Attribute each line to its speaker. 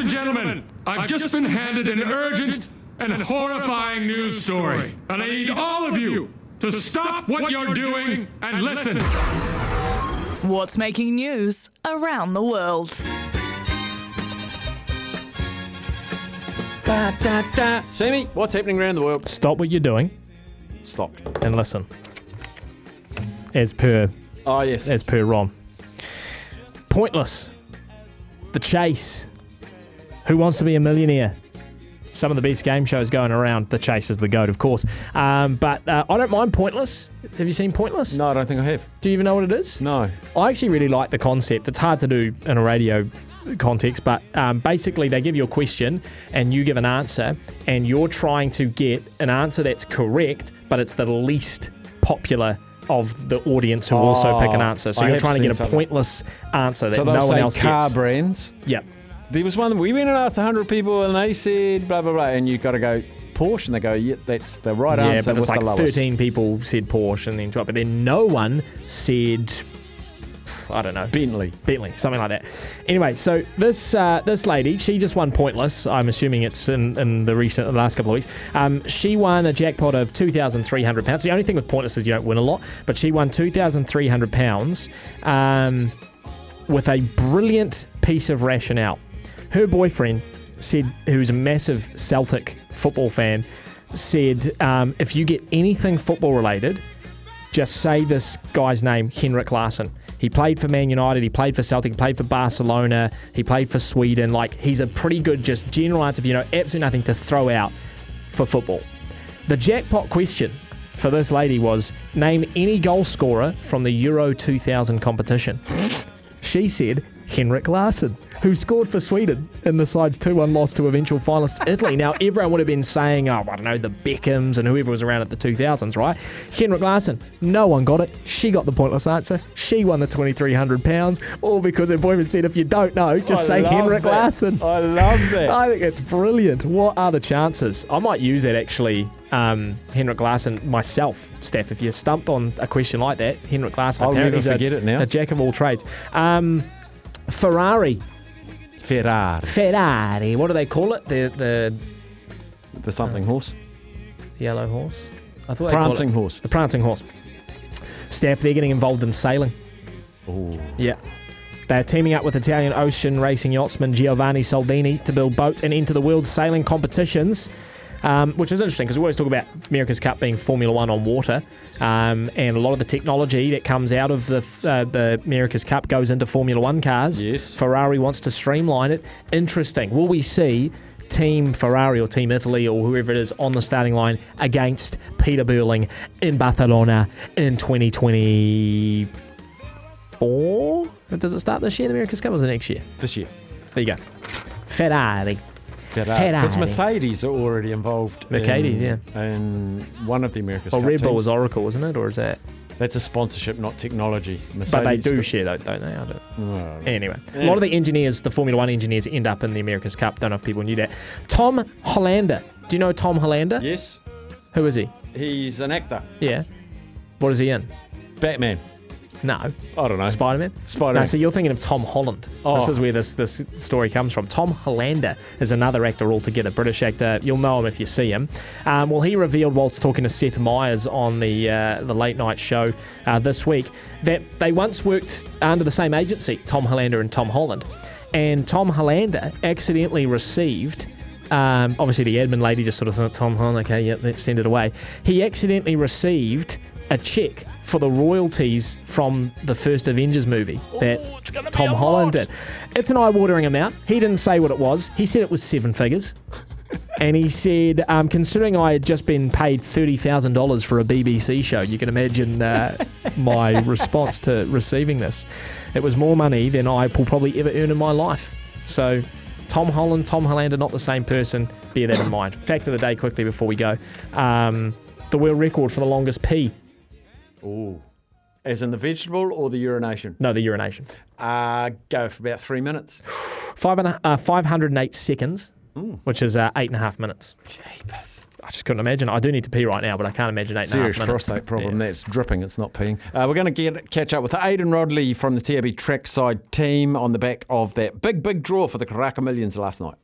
Speaker 1: gentlemen, I've just been handed an urgent and horrifying news story, and I need all of you to stop what you're doing and listen.
Speaker 2: What's making news around the world?
Speaker 3: Da, da, da. Sammy, what's happening around the world?
Speaker 4: Stop what you're doing
Speaker 3: Stopped.
Speaker 4: and listen. As per
Speaker 3: Oh, yes.
Speaker 4: as per Rom. Pointless. The chase. Who wants to be a millionaire? Some of the best game shows going around. The Chase is the goat, of course. Um, but uh, I don't mind Pointless. Have you seen Pointless?
Speaker 3: no, I don't think I have.
Speaker 4: Do you even know what it is?
Speaker 3: No.
Speaker 4: I actually really like the concept. It's hard to do in a radio context, but um, basically they give you a question and you give an answer, and you're trying to get an answer that's correct, but it's the least popular of the audience who also pick an
Speaker 3: Oh,
Speaker 4: answer. So
Speaker 3: I
Speaker 4: you're
Speaker 3: have
Speaker 4: trying to
Speaker 3: seen
Speaker 4: get a
Speaker 3: something.
Speaker 4: pointless answer that
Speaker 3: So they'll
Speaker 4: no one
Speaker 3: say
Speaker 4: else
Speaker 3: car
Speaker 4: gets.
Speaker 3: brands.
Speaker 4: yep.
Speaker 3: There was one we went and asked 100 people and they said blah, blah, blah. And you got to go Porsche. And they go, yep, that's the right
Speaker 4: Yeah,
Speaker 3: answer
Speaker 4: but
Speaker 3: with
Speaker 4: it's like
Speaker 3: the lowest.
Speaker 4: 13 people said Porsche and then 12, but then no one said, I don't know,
Speaker 3: Bentley.
Speaker 4: Bentley, something like that. Anyway, so this uh, this lady, she just won pointless. I'm assuming it's in, in the recent the last couple of weeks. Um, she won a jackpot of two thousand three hundred pounds. The only thing with pointless is you don't win a lot, but she won two thousand three hundred pounds um, with a brilliant piece of rationale. Her boyfriend said, who's a massive Celtic football fan, said um, if you get anything football related, just say this guy's name, Henrik Larsson. He played for Man United, he played for Celtic, he played for Barcelona, he played for Sweden. Like, he's a pretty good, just general answer if you know absolutely nothing to throw out for football. The jackpot question for this lady was name any goal scorer from the Euro 2000 competition. She said Henrik Larsson, who scored for Sweden in the side's 2 1 loss to eventual finalists Italy. Now, everyone would have been saying, oh, I don't know, the Beckhams and whoever was around at the 2000s, right? Henrik Larsson, no one got it. She got the pointless answer. She won the £2,300, all because her boyfriend said, if you don't know, just
Speaker 3: I
Speaker 4: say
Speaker 3: love
Speaker 4: Henrik
Speaker 3: that.
Speaker 4: Larsson.
Speaker 3: I love that.
Speaker 4: I think it's brilliant. What are the chances? I might use that actually, um, Henrik Larsson myself, Steph. If you're stumped on a question like that, Henrik Larsson.
Speaker 3: I'll
Speaker 4: apparently
Speaker 3: never
Speaker 4: he's a-
Speaker 3: forget it now.
Speaker 4: A jack of all trades. Um, Ferrari,
Speaker 3: Ferrari.
Speaker 4: Ferrari. What do they call it? The the
Speaker 3: The something horse.
Speaker 4: yellow horse. I thought they called Oh. it-
Speaker 3: Prancing horse.
Speaker 4: The prancing horse. Steph, they're getting involved in sailing.
Speaker 3: Ooh.
Speaker 4: Yeah. They're teaming up with Italian ocean racing yachtsman Giovanni Soldini to build boats and enter the world's sailing competitions, um, which is interesting because we always talk about America's Cup being Formula One on water, um, and a lot of the technology that comes out of the uh, the America's Cup goes into Formula One cars.
Speaker 3: Yes.
Speaker 4: Ferrari wants to streamline it. Interesting. Will we see? Team Ferrari or Team Italy or whoever it is on the starting line against Peter Burling in Barcelona in 2020 four. But does it start this year? The America's Cup or is it next year?
Speaker 3: This year.
Speaker 4: There you go.
Speaker 3: Ferrari.
Speaker 4: Ferrari.
Speaker 3: Because
Speaker 4: Ferrari.
Speaker 3: Mercedes are already involved.
Speaker 4: Mercedes,
Speaker 3: in, yeah. In one of the America's
Speaker 4: Well,
Speaker 3: Cup
Speaker 4: Red Bull
Speaker 3: teams.
Speaker 4: is Oracle, isn't it? Or is that?
Speaker 3: That's a sponsorship, not technology.
Speaker 4: But they
Speaker 3: Mercedes Oh.
Speaker 4: do share, though, don't they? I don't.
Speaker 3: Well,
Speaker 4: Anyway, a lot of the engineers, the Formula One engineers, end up in the America's Cup. Don't know if people knew that. Tom Hollander. Do you know Tom Hollander?
Speaker 3: Yes,
Speaker 4: Who is he?
Speaker 3: he's an actor.
Speaker 4: Yeah. What is he in?
Speaker 3: Batman.
Speaker 4: No.
Speaker 3: I don't know.
Speaker 4: Spider Man?
Speaker 3: Spider-Man.
Speaker 4: No, so you're thinking of Tom Holland. This
Speaker 3: Oh.
Speaker 4: is where this, this story comes from. Tom Hollander is another actor altogether, British actor. You'll know him if you see him. Um, well, he revealed whilst talking to Seth Meyers on the uh, the late night show uh, this week that they once worked under the same agency, Tom Hollander and Tom Holland. And Tom Hollander accidentally received. Um, obviously, the admin lady just sort of thought, Tom Holland, okay, yeah, let's send it away. He accidentally received a check for the royalties from the first Avengers movie that Tom Holland did. It's an eye-watering amount. He didn't say what it was. He said it was seven figures. And he said, um, considering I had just been paid $30,000 for a BBC show, you can imagine uh, my response to receiving this. It was more money than I will probably ever earn in my life. So, Tom Holland, Tom Hollander, not the same person. Bear that in mind. Fact of the day, quickly before we go um, the world record for the longest pee.
Speaker 3: Ooh. As in the vegetable or the urination?
Speaker 4: No, the urination.
Speaker 3: Uh, go for about three minutes.
Speaker 4: Five and a, uh, 508 seconds, which is uh, eight and a half minutes. I just couldn't imagine. I do need to pee right now, but I can't imagine eight and a half
Speaker 3: Serious
Speaker 4: minutes.
Speaker 3: prostate problem. That's dripping. It's not peeing. Uh, we're going to get catch up with Aidan Rodley from the TAB Trackside team on the back of that big, big draw for the Karaka Millions last night.